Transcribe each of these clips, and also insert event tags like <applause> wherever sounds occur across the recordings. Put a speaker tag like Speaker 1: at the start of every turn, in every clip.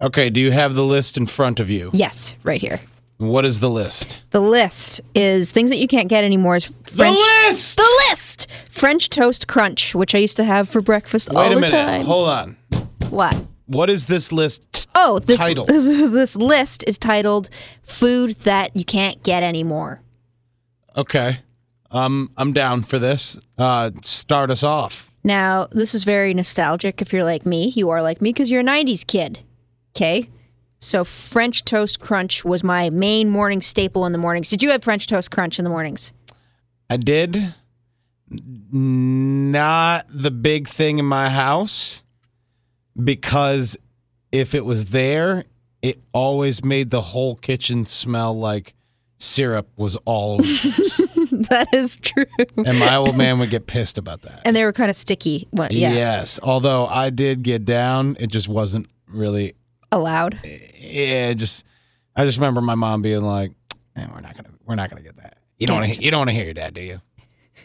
Speaker 1: Okay, do you have the list in front of you?
Speaker 2: Yes, right here.
Speaker 1: What is the list?
Speaker 2: The list is things that you can't get anymore. Is French,
Speaker 1: The list!
Speaker 2: The list! French toast crunch, which I used to have for breakfast all
Speaker 1: Wait a
Speaker 2: the
Speaker 1: minute.
Speaker 2: time.
Speaker 1: Hold on.
Speaker 2: what?
Speaker 1: What is this list? t-
Speaker 2: Oh, this
Speaker 1: Titled.
Speaker 2: <laughs> this list is titled "Food That You Can't Get Anymore."
Speaker 1: Okay. Um, I'm down for this. Uh, start us off.
Speaker 2: Now, this is very nostalgic. If you're like me, you are like me because you're a '90s kid. Okay, so French toast crunch was my main morning staple in the mornings. Did you have French toast crunch in the mornings? <laughs>
Speaker 1: I did. Not the big thing in my house because if it was there, it always made the whole kitchen smell like syrup was all over. it.
Speaker 2: <laughs> that is true.
Speaker 1: and my old man would get pissed about that.
Speaker 2: And they were kind of sticky. What? Yeah,
Speaker 1: Yes. Although I did get down, it just wasn't really
Speaker 2: allowed.
Speaker 1: yeah, just I just remember my mom being like, "Man, we're not gonna we're not gonna get that. You don't wanna, you don't want to hear your dad, do you?"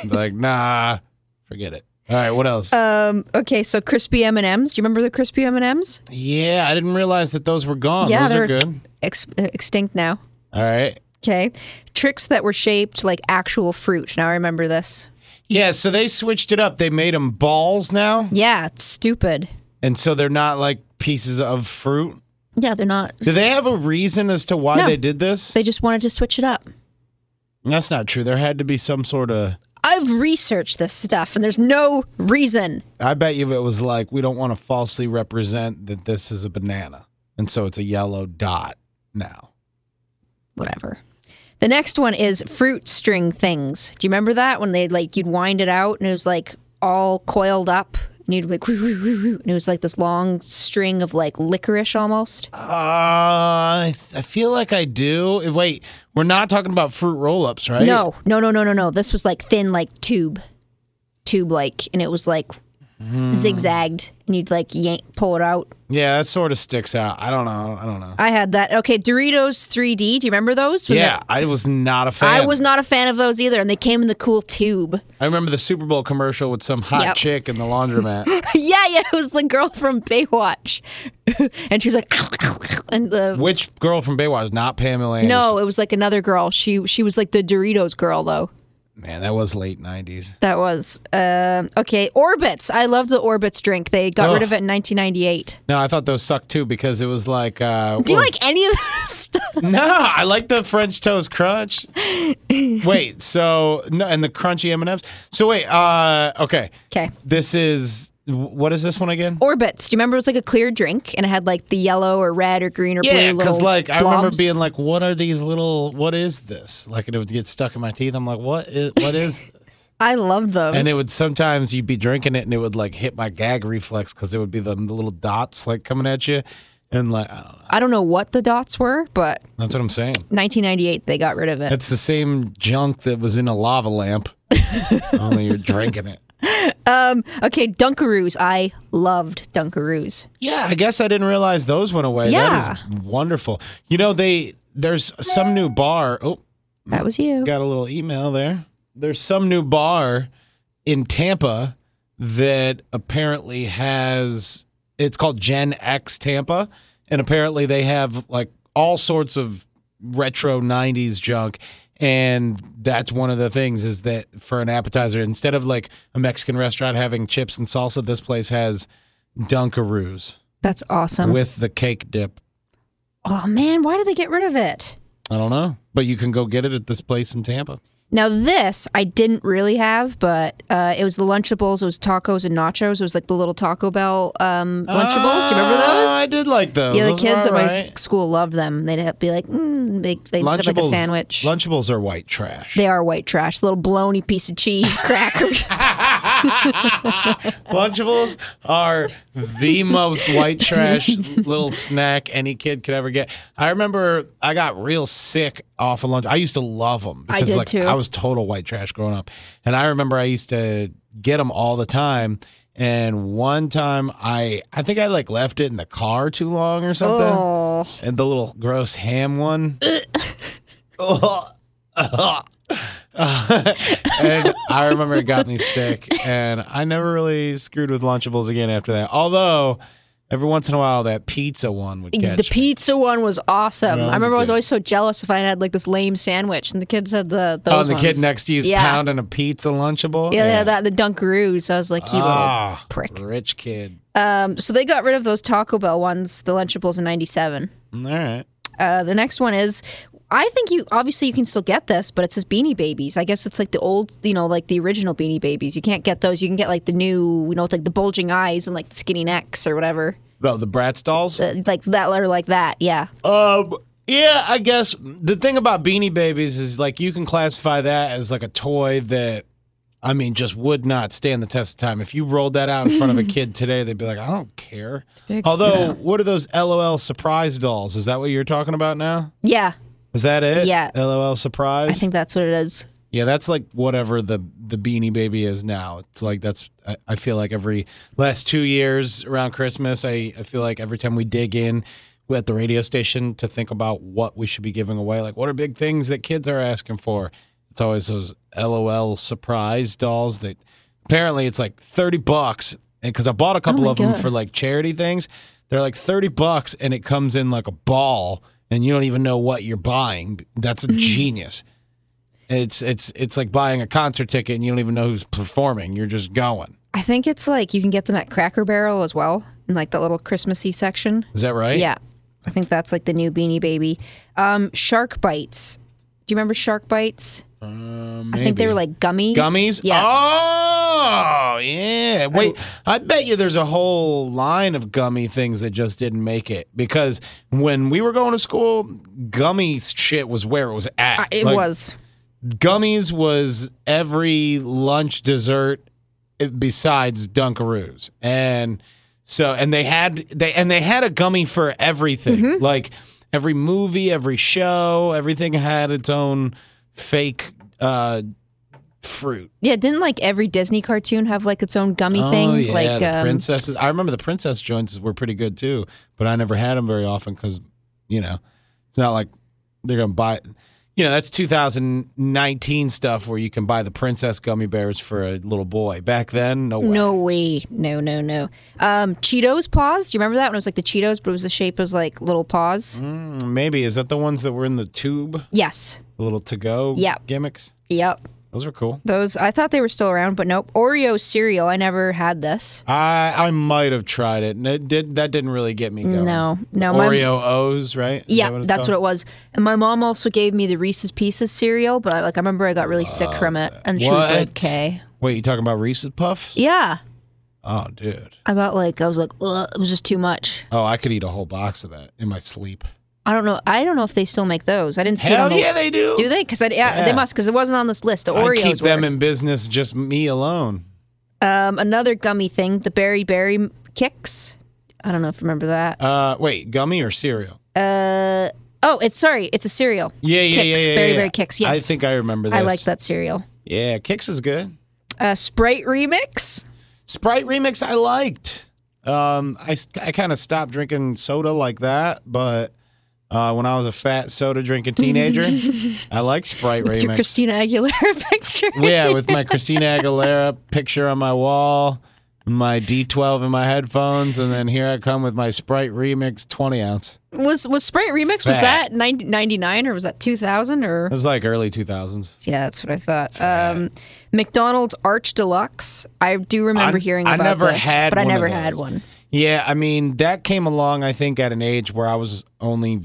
Speaker 1: I'd be like, nah, forget it. All right, what else?
Speaker 2: Um. Okay, so crispy M and M's. Do you remember the crispy M and M's?
Speaker 1: yeah, I didn't realize that those were gone.
Speaker 2: yeah,
Speaker 1: those are
Speaker 2: they're-
Speaker 1: good.
Speaker 2: Ex- uh, extinct now.
Speaker 1: All right.
Speaker 2: Okay. Tricks that were shaped like actual fruit. Now I remember this.
Speaker 1: Yeah, so they switched it up. They made them balls now,
Speaker 2: Yeah, it's stupid.
Speaker 1: and so they're not like pieces of fruit.
Speaker 2: Yeah, they're not.
Speaker 1: Do they have a reason as to why
Speaker 2: No.
Speaker 1: they did this?
Speaker 2: They just wanted to switch it up.
Speaker 1: That's not true. There had to be some sort of.
Speaker 2: I've researched this stuff and there's no reason.
Speaker 1: I bet you if it was like we don't want to falsely represent that this is a banana, and so it's a yellow dot now.
Speaker 2: Whatever. The next one is fruit string things. Do you remember that when they like you'd wind it out and it was like all coiled up and you'd like "Woo, woo, woo, woo," and it was like this long string of like licorice almost.
Speaker 1: Uh, I, th- I feel like I do. Wait, we're not talking about fruit roll-ups, right?
Speaker 2: No, no, no, no, no, no. This was like thin, like tube, tube like, and it was like zigzagged, and you'd like yank, pull it out.
Speaker 1: Yeah, that sort of sticks out. I don't know. I don't know.
Speaker 2: I had that. Okay, Doritos 3D. Do you remember those? When
Speaker 1: yeah,
Speaker 2: they-
Speaker 1: I was not a fan.
Speaker 2: I was not a fan of those either, and they came in the cool tube. <laughs>
Speaker 1: I remember the Super Bowl commercial with some hot
Speaker 2: Yep.
Speaker 1: chick in the laundromat.
Speaker 2: <laughs> yeah, yeah, it was the girl from Baywatch, <laughs> and she was like, <laughs> and the
Speaker 1: Which girl from Baywatch? Not Pamela Anderson.
Speaker 2: no, it was like another girl. She she was like the Doritos girl though.
Speaker 1: Man, that was late 90s.
Speaker 2: That was um, okay. Orbits. I loved the Orbits drink. They got
Speaker 1: Ugh.
Speaker 2: rid of it in 1998.
Speaker 1: No, I thought those sucked too because it was like. Uh,
Speaker 2: Do you
Speaker 1: what was-
Speaker 2: like any of <laughs> this stuff?
Speaker 1: No, I like the French toast
Speaker 2: <laughs>
Speaker 1: crunch. Wait, so no, and the crunchy M and M's. So wait, uh, okay,
Speaker 2: Okay. Oh,
Speaker 1: this is what is this one again?
Speaker 2: Orbits. Do you remember it was like a clear drink and it had like the yellow or red or green or blue little
Speaker 1: because like I remember
Speaker 2: blobs?
Speaker 1: being like, what are these little? What is this? Like, and it would get stuck in my teeth. I'm like, what is? What
Speaker 2: <laughs>
Speaker 1: is? This?
Speaker 2: I loved those.
Speaker 1: and it would sometimes you'd be drinking it and it would like hit my gag reflex because it would be the, the little dots like coming at you, and like I don't know.
Speaker 2: I don't know what the dots were, but
Speaker 1: That's what I'm saying.
Speaker 2: 1998 they got rid of it.
Speaker 1: It's the same junk that was in a lava
Speaker 2: <laughs>
Speaker 1: lamp, only you're drinking it.
Speaker 2: Okay, Dunkaroos. I loved Dunkaroos.
Speaker 1: Yeah, I guess I didn't realize those went away.
Speaker 2: Yeah.
Speaker 1: That is wonderful. You know, they there's some new bar. Oh,
Speaker 2: That was you.
Speaker 1: got a little email there. There's some new bar in Tampa that apparently has it's called Gen X Tampa and apparently they have like all sorts of retro 90s junk and that's one of the things is that for an appetizer instead of like a Mexican restaurant having chips and salsa this place has Dunkaroos
Speaker 2: That's awesome.
Speaker 1: with the cake dip.
Speaker 2: oh man, why did they get rid of it?
Speaker 1: I don't know, but you can go get it at this place in Tampa.
Speaker 2: Now this I didn't really have, but uh, it was the Lunchables. It was tacos and nachos. It was like the little Taco Bell um, Lunchables. Do you remember
Speaker 1: Ah,
Speaker 2: those?
Speaker 1: I did like those.
Speaker 2: Yeah, the
Speaker 1: Those were
Speaker 2: kids at
Speaker 1: all
Speaker 2: my
Speaker 1: right.
Speaker 2: s- school loved them. They'd have- be like, mm, they, they'd have like a sandwich.
Speaker 1: Lunchables are white trash.
Speaker 2: they are white trash. Little baloney piece
Speaker 1: <laughs>
Speaker 2: of cheese, crackers.
Speaker 1: Lunchables are
Speaker 2: <laughs>
Speaker 1: the most white trash little snack any kid could ever get. I remember I got real sick off of lunch. I used to love them
Speaker 2: I
Speaker 1: because
Speaker 2: did
Speaker 1: like
Speaker 2: too.
Speaker 1: I was total white trash growing up, and I remember I used to get them all the time. And one time I I think I like left it in the car too long or something.
Speaker 2: oh,
Speaker 1: And the little gross ham one. <laughs> and I remember it got me sick, and I never really screwed with Lunchables again after that. Although Every once in a while, that pizza one would catch.
Speaker 2: The pizza one was awesome.
Speaker 1: That
Speaker 2: I remember
Speaker 1: was
Speaker 2: I
Speaker 1: good.
Speaker 2: was always so jealous if I had like this lame sandwich, and the kids had the those
Speaker 1: Oh, and the kid
Speaker 2: ones.
Speaker 1: next to you's
Speaker 2: Yeah.
Speaker 1: pounding a pizza lunchable.
Speaker 2: Yeah, they had that and the Dunkaroos. I was like, you
Speaker 1: Ah,
Speaker 2: little prick.
Speaker 1: Rich kid.
Speaker 2: Um, so they got rid of those Taco Bell ones, the Lunchables in '97.
Speaker 1: All right.
Speaker 2: Uh, the next one is, I think you obviously you can still get this, but it says Beanie Babies. I guess it's like the old, you know, like the original Beanie Babies. You can't get those. You can get like the new, you know, with, like the bulging eyes and like the skinny necks or whatever,
Speaker 1: Oh, the Bratz dolls?
Speaker 2: Uh, like that or like that. Yeah,
Speaker 1: Um, yeah, I guess the thing about Beanie Babies is like you can classify that as like a toy that, I mean, just would not stand the test of time. If you rolled that out in front of a
Speaker 2: <laughs>
Speaker 1: kid today, they'd be like, I don't care.
Speaker 2: Big
Speaker 1: Although,
Speaker 2: smile.
Speaker 1: what are those LOL surprise dolls? Is that what you're talking about now?
Speaker 2: yeah.
Speaker 1: Is that it?
Speaker 2: Yeah.
Speaker 1: LOL
Speaker 2: I
Speaker 1: surprise.
Speaker 2: think that's what it is.
Speaker 1: yeah, that's like whatever the the Beanie Baby is now. It's like that's. I, I feel like every last two years around Christmas, I I feel like every time we dig in at the radio station to think about what we should be giving away, like what are big things that kids are asking for. It's always those LOL surprise dolls that apparently it's like thirty bucks. And because I bought a couple
Speaker 2: Oh my
Speaker 1: of them
Speaker 2: God.
Speaker 1: for like charity things, they're like thirty bucks, and it comes in like a ball, and you don't even know what you're buying. That's
Speaker 2: Mm-hmm.
Speaker 1: genius. It's it's it's like buying a concert ticket and you don't even know who's performing. You're just going.
Speaker 2: I think it's like you can get them at Cracker Barrel as well, in like that little Christmassy section.
Speaker 1: Is that right?
Speaker 2: Yeah, I think that's like the new Beanie Baby. Um, shark bites. Do you remember shark bites?
Speaker 1: Uh,
Speaker 2: I think they were like gummies.
Speaker 1: gummies.
Speaker 2: Yeah.
Speaker 1: Oh yeah. Wait, I bet you there's a whole line of gummy things that just didn't make it because when we were going to school, gummy shit was where it was at.
Speaker 2: I- Uh, It
Speaker 1: Oh, Like,
Speaker 2: was.
Speaker 1: gummies was every lunch dessert eh, besides Dunkaroos, and so and they had they and they had a gummy for everything, like every movie, every show, everything had its own fake uh, fruit.
Speaker 2: Yeah, didn't like every Disney cartoon have like its own gummy thing?
Speaker 1: Oh yeah,
Speaker 2: like
Speaker 1: the
Speaker 2: um,
Speaker 1: princesses. I remember the princess joints were pretty good too, but I never had them very often because, you know, it's not like they're gonna buy. You know, that's 2019 stuff where you can buy the princess gummy bears for a little boy. Back then, no way.
Speaker 2: No way. No, no, no. Um, Cheetos paws. Do you remember that when it was like the Cheetos, but it was the shape was like little paws?
Speaker 1: Mm, Maybe is that the ones that were in the tube,
Speaker 2: Yes.
Speaker 1: the little to go
Speaker 2: Yeah.
Speaker 1: gimmicks?
Speaker 2: Yep.
Speaker 1: Those were cool.
Speaker 2: Those I thought they were still around, but nope. Oreo cereal. I never had this.
Speaker 1: I I might have tried it, and it did. That didn't really get me going.
Speaker 2: No, no. my-
Speaker 1: Oreo O's, right? Is
Speaker 2: Yeah,
Speaker 1: that what it's
Speaker 2: that's
Speaker 1: called?
Speaker 2: what it was. And my mom also gave me the Reese's Pieces cereal, but I, like I remember I got really sick from it, and she was like,
Speaker 1: What?
Speaker 2: "Okay,
Speaker 1: Wait, you talking about Reese's Puffs?
Speaker 2: yeah."
Speaker 1: Oh, dude.
Speaker 2: I got like I was like, Ugh, it was just too much.
Speaker 1: Oh, I could eat a whole box of that in my sleep.
Speaker 2: I don't know. I don't know if they still make those. I didn't see. it on the-
Speaker 1: they do.
Speaker 2: Do they? Because yeah, they
Speaker 1: Yeah.
Speaker 2: must. Because it wasn't on this list. The
Speaker 1: I
Speaker 2: Oreos
Speaker 1: keep
Speaker 2: were.
Speaker 1: them in business, just me alone.
Speaker 2: um, another gummy thing, the Berry Berry Kicks. I don't know if you remember that.
Speaker 1: Uh, wait, gummy or cereal?
Speaker 2: Uh, oh, it's sorry, it's a cereal.
Speaker 1: Yeah, yeah,
Speaker 2: Kicks,
Speaker 1: yeah, yeah,
Speaker 2: Berry
Speaker 1: yeah.
Speaker 2: Berry Kicks. Yes,
Speaker 1: I think I remember this.
Speaker 2: I like that cereal.
Speaker 1: Yeah, Kicks is good.
Speaker 2: Uh, Sprite Remix.
Speaker 1: Sprite remix, I liked. Um, I kind of stopped drinking soda like that, but uh, when I was a fat soda
Speaker 2: <laughs>
Speaker 1: drinking teenager, I liked Sprite
Speaker 2: With
Speaker 1: remix.
Speaker 2: your Christina Aguilera <laughs> picture.
Speaker 1: yeah, with my Christina Aguilera picture on my wall, my D12 in my headphones, and then here I come with my Sprite remix 20 ounce.
Speaker 2: Was was Sprite Remix? Was
Speaker 1: Fat.
Speaker 2: that 90, 99 or was that two thousand or?
Speaker 1: It was like early 2000s.
Speaker 2: Yeah, that's what I thought. Um, McDonald's Arch Deluxe. I do remember
Speaker 1: I-
Speaker 2: hearing
Speaker 1: I
Speaker 2: about
Speaker 1: never
Speaker 2: this,
Speaker 1: had
Speaker 2: but I
Speaker 1: one of
Speaker 2: never had
Speaker 1: those.
Speaker 2: one.
Speaker 1: Yeah, I mean, that came along, I think, at an age where I was only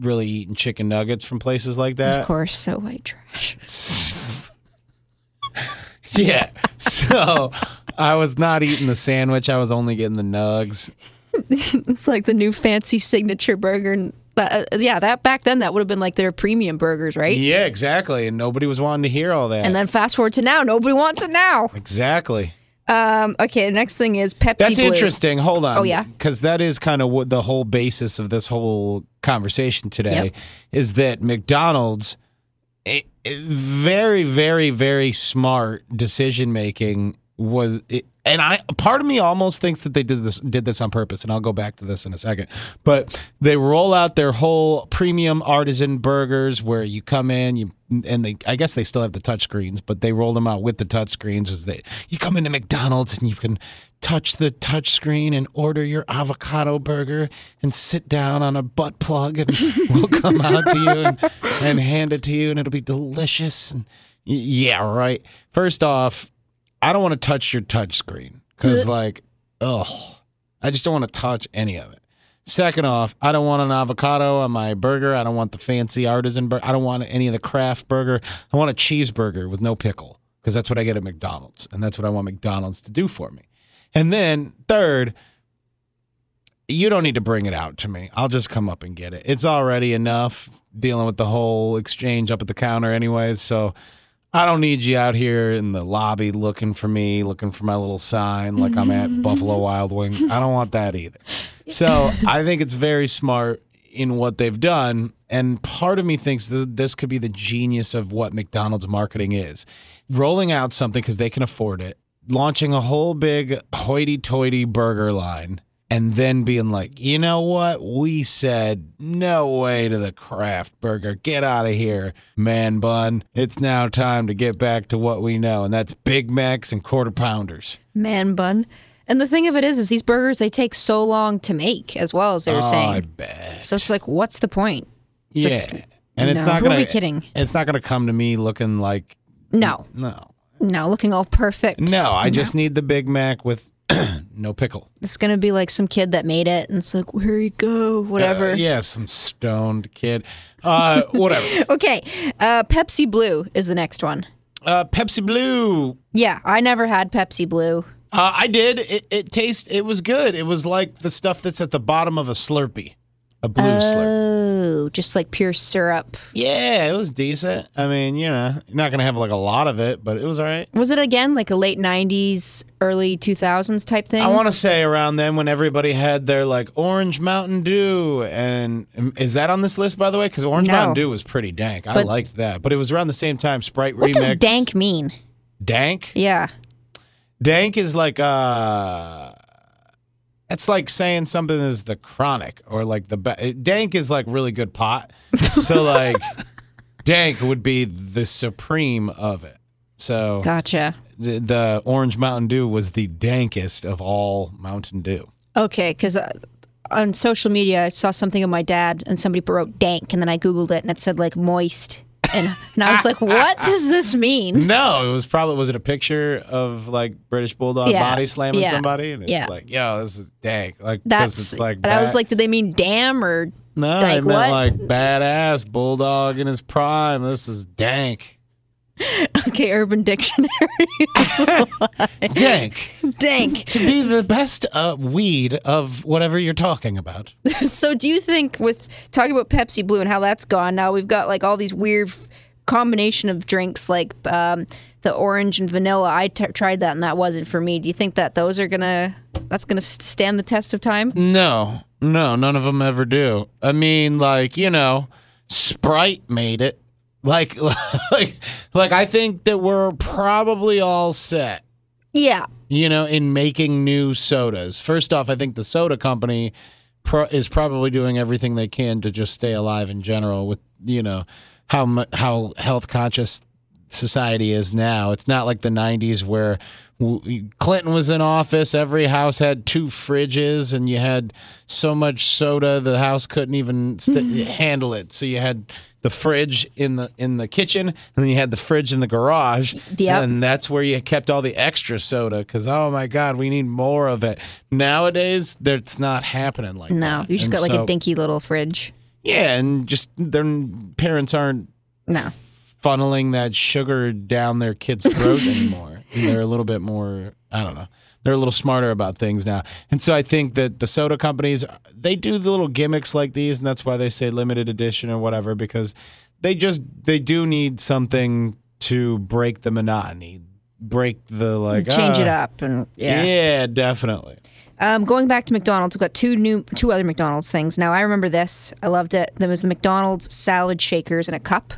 Speaker 1: really eating chicken nuggets from places like
Speaker 2: Of
Speaker 1: that.
Speaker 2: course, so white trash. <laughs>
Speaker 1: <laughs> yeah. So I was not eating the sandwich, I was only getting the nugs.
Speaker 2: It's like the new fancy signature burger. and that- uh, yeah, that back then that would have been like their premium burgers, right?
Speaker 1: Yeah, exactly. And nobody was wanting to hear all that.
Speaker 2: And then fast forward to now, nobody wants it now.
Speaker 1: exactly.
Speaker 2: Um, okay, the next thing is Pepsi.
Speaker 1: That's
Speaker 2: Blue.
Speaker 1: interesting. Hold on.
Speaker 2: Oh, yeah?
Speaker 1: Because that is kind of what the whole basis of this whole conversation today
Speaker 2: Yep.
Speaker 1: is that McDonald's it, it- very, very, very smart decision making was. It, and I, part of me almost thinks that they did this did this on purpose, and I'll go back to this in a second. But they roll out their whole premium artisan burgers, where you come in, you and they, I guess they still have the touchscreens, but they roll them out with the touchscreens. Is that you come into McDonald's and you can touch the touch screen and order your avocado burger and sit down on a butt plug and <laughs> we'll come out to you and, and hand it to you and it'll be delicious. And y- yeah, right. First off, I don't want to touch your touch screen because, like, ugh, I just don't want to touch any of it. Second off, I don't want an avocado on my burger. I don't want the fancy artisan burger. I don't want any of the craft burger. I want a cheeseburger with no pickle because that's what I get at McDonald's. And that's what I want McDonald's to do for me. And then third, you don't need to bring it out to me. I'll just come up and get it. It's already enough dealing with the whole exchange up at the counter, anyways. So I don't need you out here in the lobby looking for me, looking for my little sign like I'm at Buffalo Wild Wings. I don't want that either. So I think it's very smart in what they've done. And part of me thinks th- this could be the genius of what McDonald's marketing is rolling out something because they can afford it, launching a whole big hoity toity burger line, and then being like, you know what? We said no way to the craft burger. Get out of here, man bun. It's now time to get back to what we know, and that's Big Macs and quarter pounders.
Speaker 2: man bun. And the thing of it is, is these burgers they take so long to make as well as they were
Speaker 1: Oh, I
Speaker 2: saying.
Speaker 1: bet.
Speaker 2: So it's like, what's the point? Just-
Speaker 1: yeah. And it's
Speaker 2: no.
Speaker 1: not
Speaker 2: Who are
Speaker 1: gonna
Speaker 2: we kidding?
Speaker 1: It's not gonna come to me looking like
Speaker 2: No,
Speaker 1: no.
Speaker 2: no, looking all perfect.
Speaker 1: No, I just need the Big Mac with <clears throat> no pickle.
Speaker 2: It's gonna be like some kid that made it, and it's like, where you go, whatever.
Speaker 1: Uh, yeah, some stoned kid. Uh, whatever.
Speaker 2: <laughs> <laughs> Okay, uh, Pepsi Blue is the next one.
Speaker 1: Uh, Pepsi Blue.
Speaker 2: Yeah, I never had Pepsi Blue.
Speaker 1: Uh, I did. It, it tastes. It was good. It was like the stuff that's at the bottom of a Slurpee, a blue
Speaker 2: Uh,
Speaker 1: Slurpee.
Speaker 2: Oh, just like pure syrup.
Speaker 1: Yeah, it was decent. I mean, you know, you're not gonna have like a lot of it, but it was all right.
Speaker 2: Was it again like a late '90s, early 2000s type thing?
Speaker 1: I want to say around then when everybody had their like Orange Mountain Dew, and um, is that on this list by the way? Because Orange
Speaker 2: No.
Speaker 1: Mountain Dew was pretty dank. I
Speaker 2: But-
Speaker 1: liked that, but it was around the same time Sprite
Speaker 2: what
Speaker 1: remix.
Speaker 2: does dank mean?
Speaker 1: Dank.
Speaker 2: Yeah.
Speaker 1: Dank is like uh it's like saying something is the chronic or like the be- dank is like really good
Speaker 2: <laughs>
Speaker 1: pot. So like dank would be the supreme of it. So
Speaker 2: Gotcha.
Speaker 1: the, the orange Mountain Dew was the dankest of all Mountain Dew.
Speaker 2: Okay, because uh, on social media I saw something of my dad, and somebody wrote dank, and then I googled it, and it said like moist, and and I was
Speaker 1: <laughs>
Speaker 2: like, what does this mean?
Speaker 1: No, it was probably was it a picture of like British bulldog
Speaker 2: Yeah.
Speaker 1: body slamming
Speaker 2: Yeah.
Speaker 1: somebody and it's
Speaker 2: Yeah.
Speaker 1: like yo this is dank like 'cause
Speaker 2: That's
Speaker 1: it's like
Speaker 2: and I was
Speaker 1: bad-
Speaker 2: like, did they mean damn or?
Speaker 1: no I
Speaker 2: like,
Speaker 1: meant
Speaker 2: what?
Speaker 1: like badass bulldog in his prime this is dank
Speaker 2: Okay, Urban Dictionary. <laughs>
Speaker 1: dank
Speaker 2: dank.
Speaker 1: to be the best uh, weed of whatever you're talking about.
Speaker 2: So, do you think with talking about Pepsi Blue and how that's gone now, we've got like all these weird f- combination of drinks like um, the orange and vanilla. I t- tried that and that wasn't for me. Do you think that those are gonna that's gonna s- stand the test of time?
Speaker 1: No, no, none of them ever do. I mean, like you know, Sprite made it. Like, <laughs> like, like I think that we're probably all set.
Speaker 2: Yeah.
Speaker 1: You know, in making new sodas. First off, I think the soda company pro- is probably doing everything they can to just stay alive in general. With you know how mu- how health conscious society is now. It's not like the 90s where w- Clinton was in office, every house had two fridges, and you had so much soda the house couldn't even
Speaker 2: <laughs>
Speaker 1: st- handle it. So you had the fridge in the in the kitchen, and then you had the fridge in the garage,
Speaker 2: Yep.
Speaker 1: and that's where you kept all the extra soda because oh my god, we need more of it. Nowadays, that's not happening like
Speaker 2: No,
Speaker 1: that.
Speaker 2: you just
Speaker 1: And
Speaker 2: got like
Speaker 1: so-
Speaker 2: a dinky little fridge.
Speaker 1: yeah, and just their parents aren't
Speaker 2: No.
Speaker 1: funneling that sugar down their kids'
Speaker 2: <laughs>
Speaker 1: throat anymore. And they're a little bit more, I don't know. They're a little smarter about things now. And so I think that the soda companies, they do the little gimmicks like these, and that's why they say limited edition or whatever, because they just, they do need something to break the monotony, break the like,
Speaker 2: Change it
Speaker 1: ah,
Speaker 2: up and
Speaker 1: Yeah.
Speaker 2: yeah.
Speaker 1: definitely.
Speaker 2: Um, going back to McDonald's, we've got two new two other McDonald's things. Now I remember this. I loved it. There was the McDonald's salad shakers in a cup.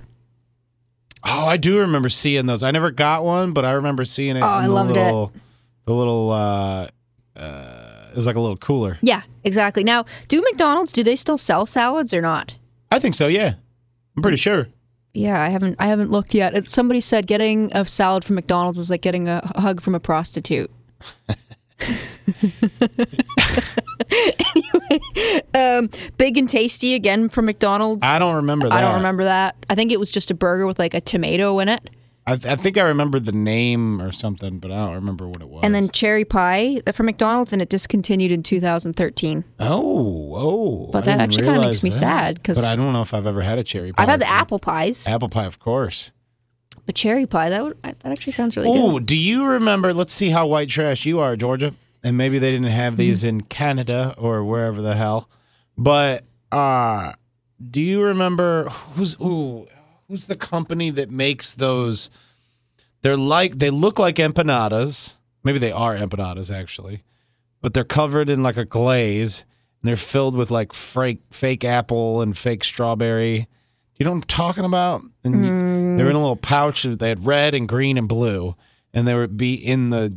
Speaker 1: Oh, I do remember seeing those. I never got one, but I remember seeing it.
Speaker 2: Oh, I
Speaker 1: in the
Speaker 2: loved it.
Speaker 1: little, it. The little, uh, uh, it was like a little cooler.
Speaker 2: Yeah, exactly. Now, do McDonald's do they still sell salads or not?
Speaker 1: I think so. Yeah, I'm pretty sure.
Speaker 2: Yeah, I haven't I haven't looked yet. It's, somebody <laughs> said getting a salad from McDonald's is like getting a hug from a prostitute. um, Big and tasty again from McDonald's.
Speaker 1: I don't remember that.
Speaker 2: I don't remember that. I think it was just a burger with like a tomato in it.
Speaker 1: I, th- I think I remembered the name or something, but I don't remember what it was.
Speaker 2: And then cherry pie uh, from McDonald's, and it discontinued in 2013.
Speaker 1: oh, oh,
Speaker 2: But
Speaker 1: I
Speaker 2: that
Speaker 1: didn't
Speaker 2: actually kinda makes
Speaker 1: realize
Speaker 2: me
Speaker 1: that.
Speaker 2: sad 'cause-
Speaker 1: But I don't know if I've ever had a cherry pie.
Speaker 2: I've had the
Speaker 1: from-
Speaker 2: apple pies,
Speaker 1: apple pie, of course.
Speaker 2: but cherry pie that would, that actually sounds really good.
Speaker 1: Oh, do you remember? Let's see how white trash you are, Georgia. And maybe they didn't have
Speaker 2: Mm-hmm.
Speaker 1: these in Canada or wherever the hell. But uh do you remember who's ooh, who's the company that makes those? They're like they look like empanadas. Maybe they are empanadas actually, but they're covered in like a glaze and they're filled with like fake fake apple and fake strawberry. You know what I'm talking about? And you- they were in a little pouch. that They had red and green and blue, and they would be in the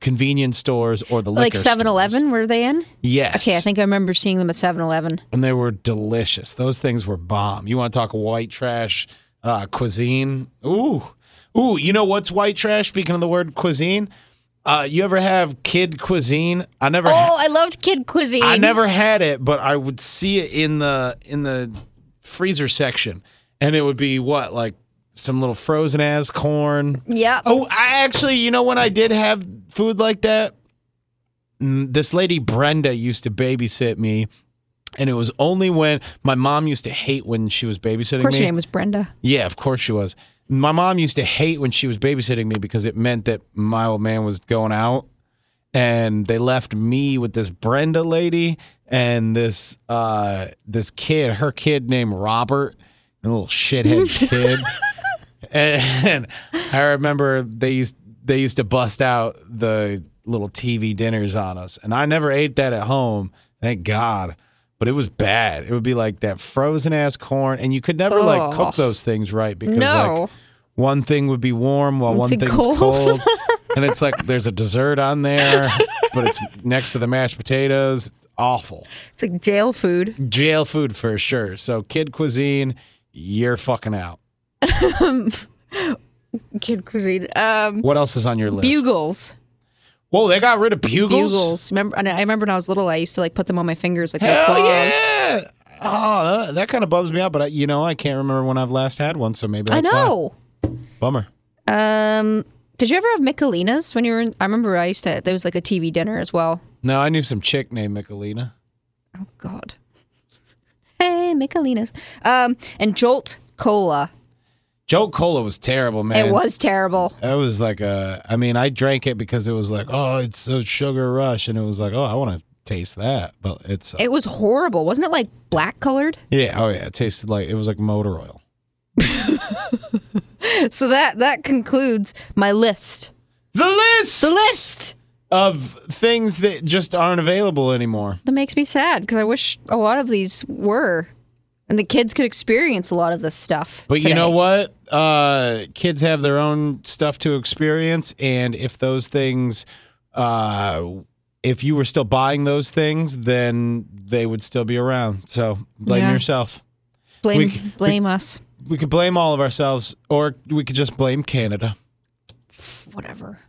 Speaker 1: convenience stores or the
Speaker 2: Like
Speaker 1: liquor
Speaker 2: 7-Eleven, were they in?
Speaker 1: stores. Yes.
Speaker 2: Okay, I think I remember seeing them
Speaker 1: <laughs>
Speaker 2: at 7-Eleven.
Speaker 1: and they were delicious. Those things were bomb. You want to talk white trash uh, cuisine? Ooh, ooh. You know what's white trash? Speaking of the word cuisine, uh, you ever have kid cuisine? I never. ha-
Speaker 2: Oh, I loved Kid Cuisine.
Speaker 1: I never had it, but I would see it in the in the freezer section, and it would be what like some little frozen ass corn.
Speaker 2: Yeah.
Speaker 1: Oh, I actually, you know, when I did have food like that, mm, this lady Brenda used to babysit me, and it was only when my mom used to hate when she was babysitting
Speaker 2: of course,
Speaker 1: me.
Speaker 2: your name was Brenda.
Speaker 1: Yeah, of course she was. My mom used to hate when she was babysitting me because it meant that my old man was going out and they left me with this Brenda lady and this uh this kid, her kid named Robert, a little shithead kid. And I remember they used they used to bust out the little TV dinners on us, and I never ate that at home. Thank God. But it was bad. It would be like that frozen ass corn, and you could never like cook those things right because
Speaker 2: No.
Speaker 1: like one thing would be warm while one
Speaker 2: thing
Speaker 1: thing's
Speaker 2: cold.
Speaker 1: cold,
Speaker 2: <laughs>
Speaker 1: and it's like there's a dessert on there, but it's next to the mashed potatoes. It's awful
Speaker 2: It's like jail food.
Speaker 1: jail food for sure. So kid cuisine, you're fucking out.
Speaker 2: Kid Cuisine. Um,
Speaker 1: What else is on your list?
Speaker 2: bugles.
Speaker 1: Whoa, they got rid of bugles.
Speaker 2: Bugles. Remember, and I remember when I was little, I used to like put them on my fingers like they're
Speaker 1: Hell
Speaker 2: claws.
Speaker 1: yeah! Oh, that, that kind of bums me out. But I, you know, I can't remember when I've last had one, so maybe
Speaker 2: I
Speaker 1: that's
Speaker 2: know.
Speaker 1: Why. Bummer.
Speaker 2: Um, did you ever have Michelinas when you were? In, I remember I used to. There was like a TV dinner as well.
Speaker 1: No, I knew some chick named Michelina.
Speaker 2: Oh God. <laughs> Hey, Michelinas. Um, and Jolt Cola.
Speaker 1: Joe Cola was terrible, man.
Speaker 2: It was terrible.
Speaker 1: That was like a. I mean, I drank it because it was like, oh, it's a sugar rush, and it was like, oh, I want to taste that, but it's
Speaker 2: It was horrible. Wasn't it like black colored? <laughs>
Speaker 1: yeah, oh yeah, it tasted like it was like motor oil.
Speaker 2: So that that concludes my list.
Speaker 1: The list.
Speaker 2: The list.
Speaker 1: of things that just aren't available anymore.
Speaker 2: That makes me sad because I wish a lot of these were, and the kids could experience a lot of this stuff.
Speaker 1: But
Speaker 2: today.
Speaker 1: you know what? Uh, kids have their own stuff to experience, and if those things, uh, if you were still buying those things, then they would still be around. So blame
Speaker 2: Yeah.
Speaker 1: yourself.
Speaker 2: Blame
Speaker 1: we c- we-
Speaker 2: blame us.
Speaker 1: We could blame all of ourselves, or we could just blame Canada.
Speaker 2: Whatever.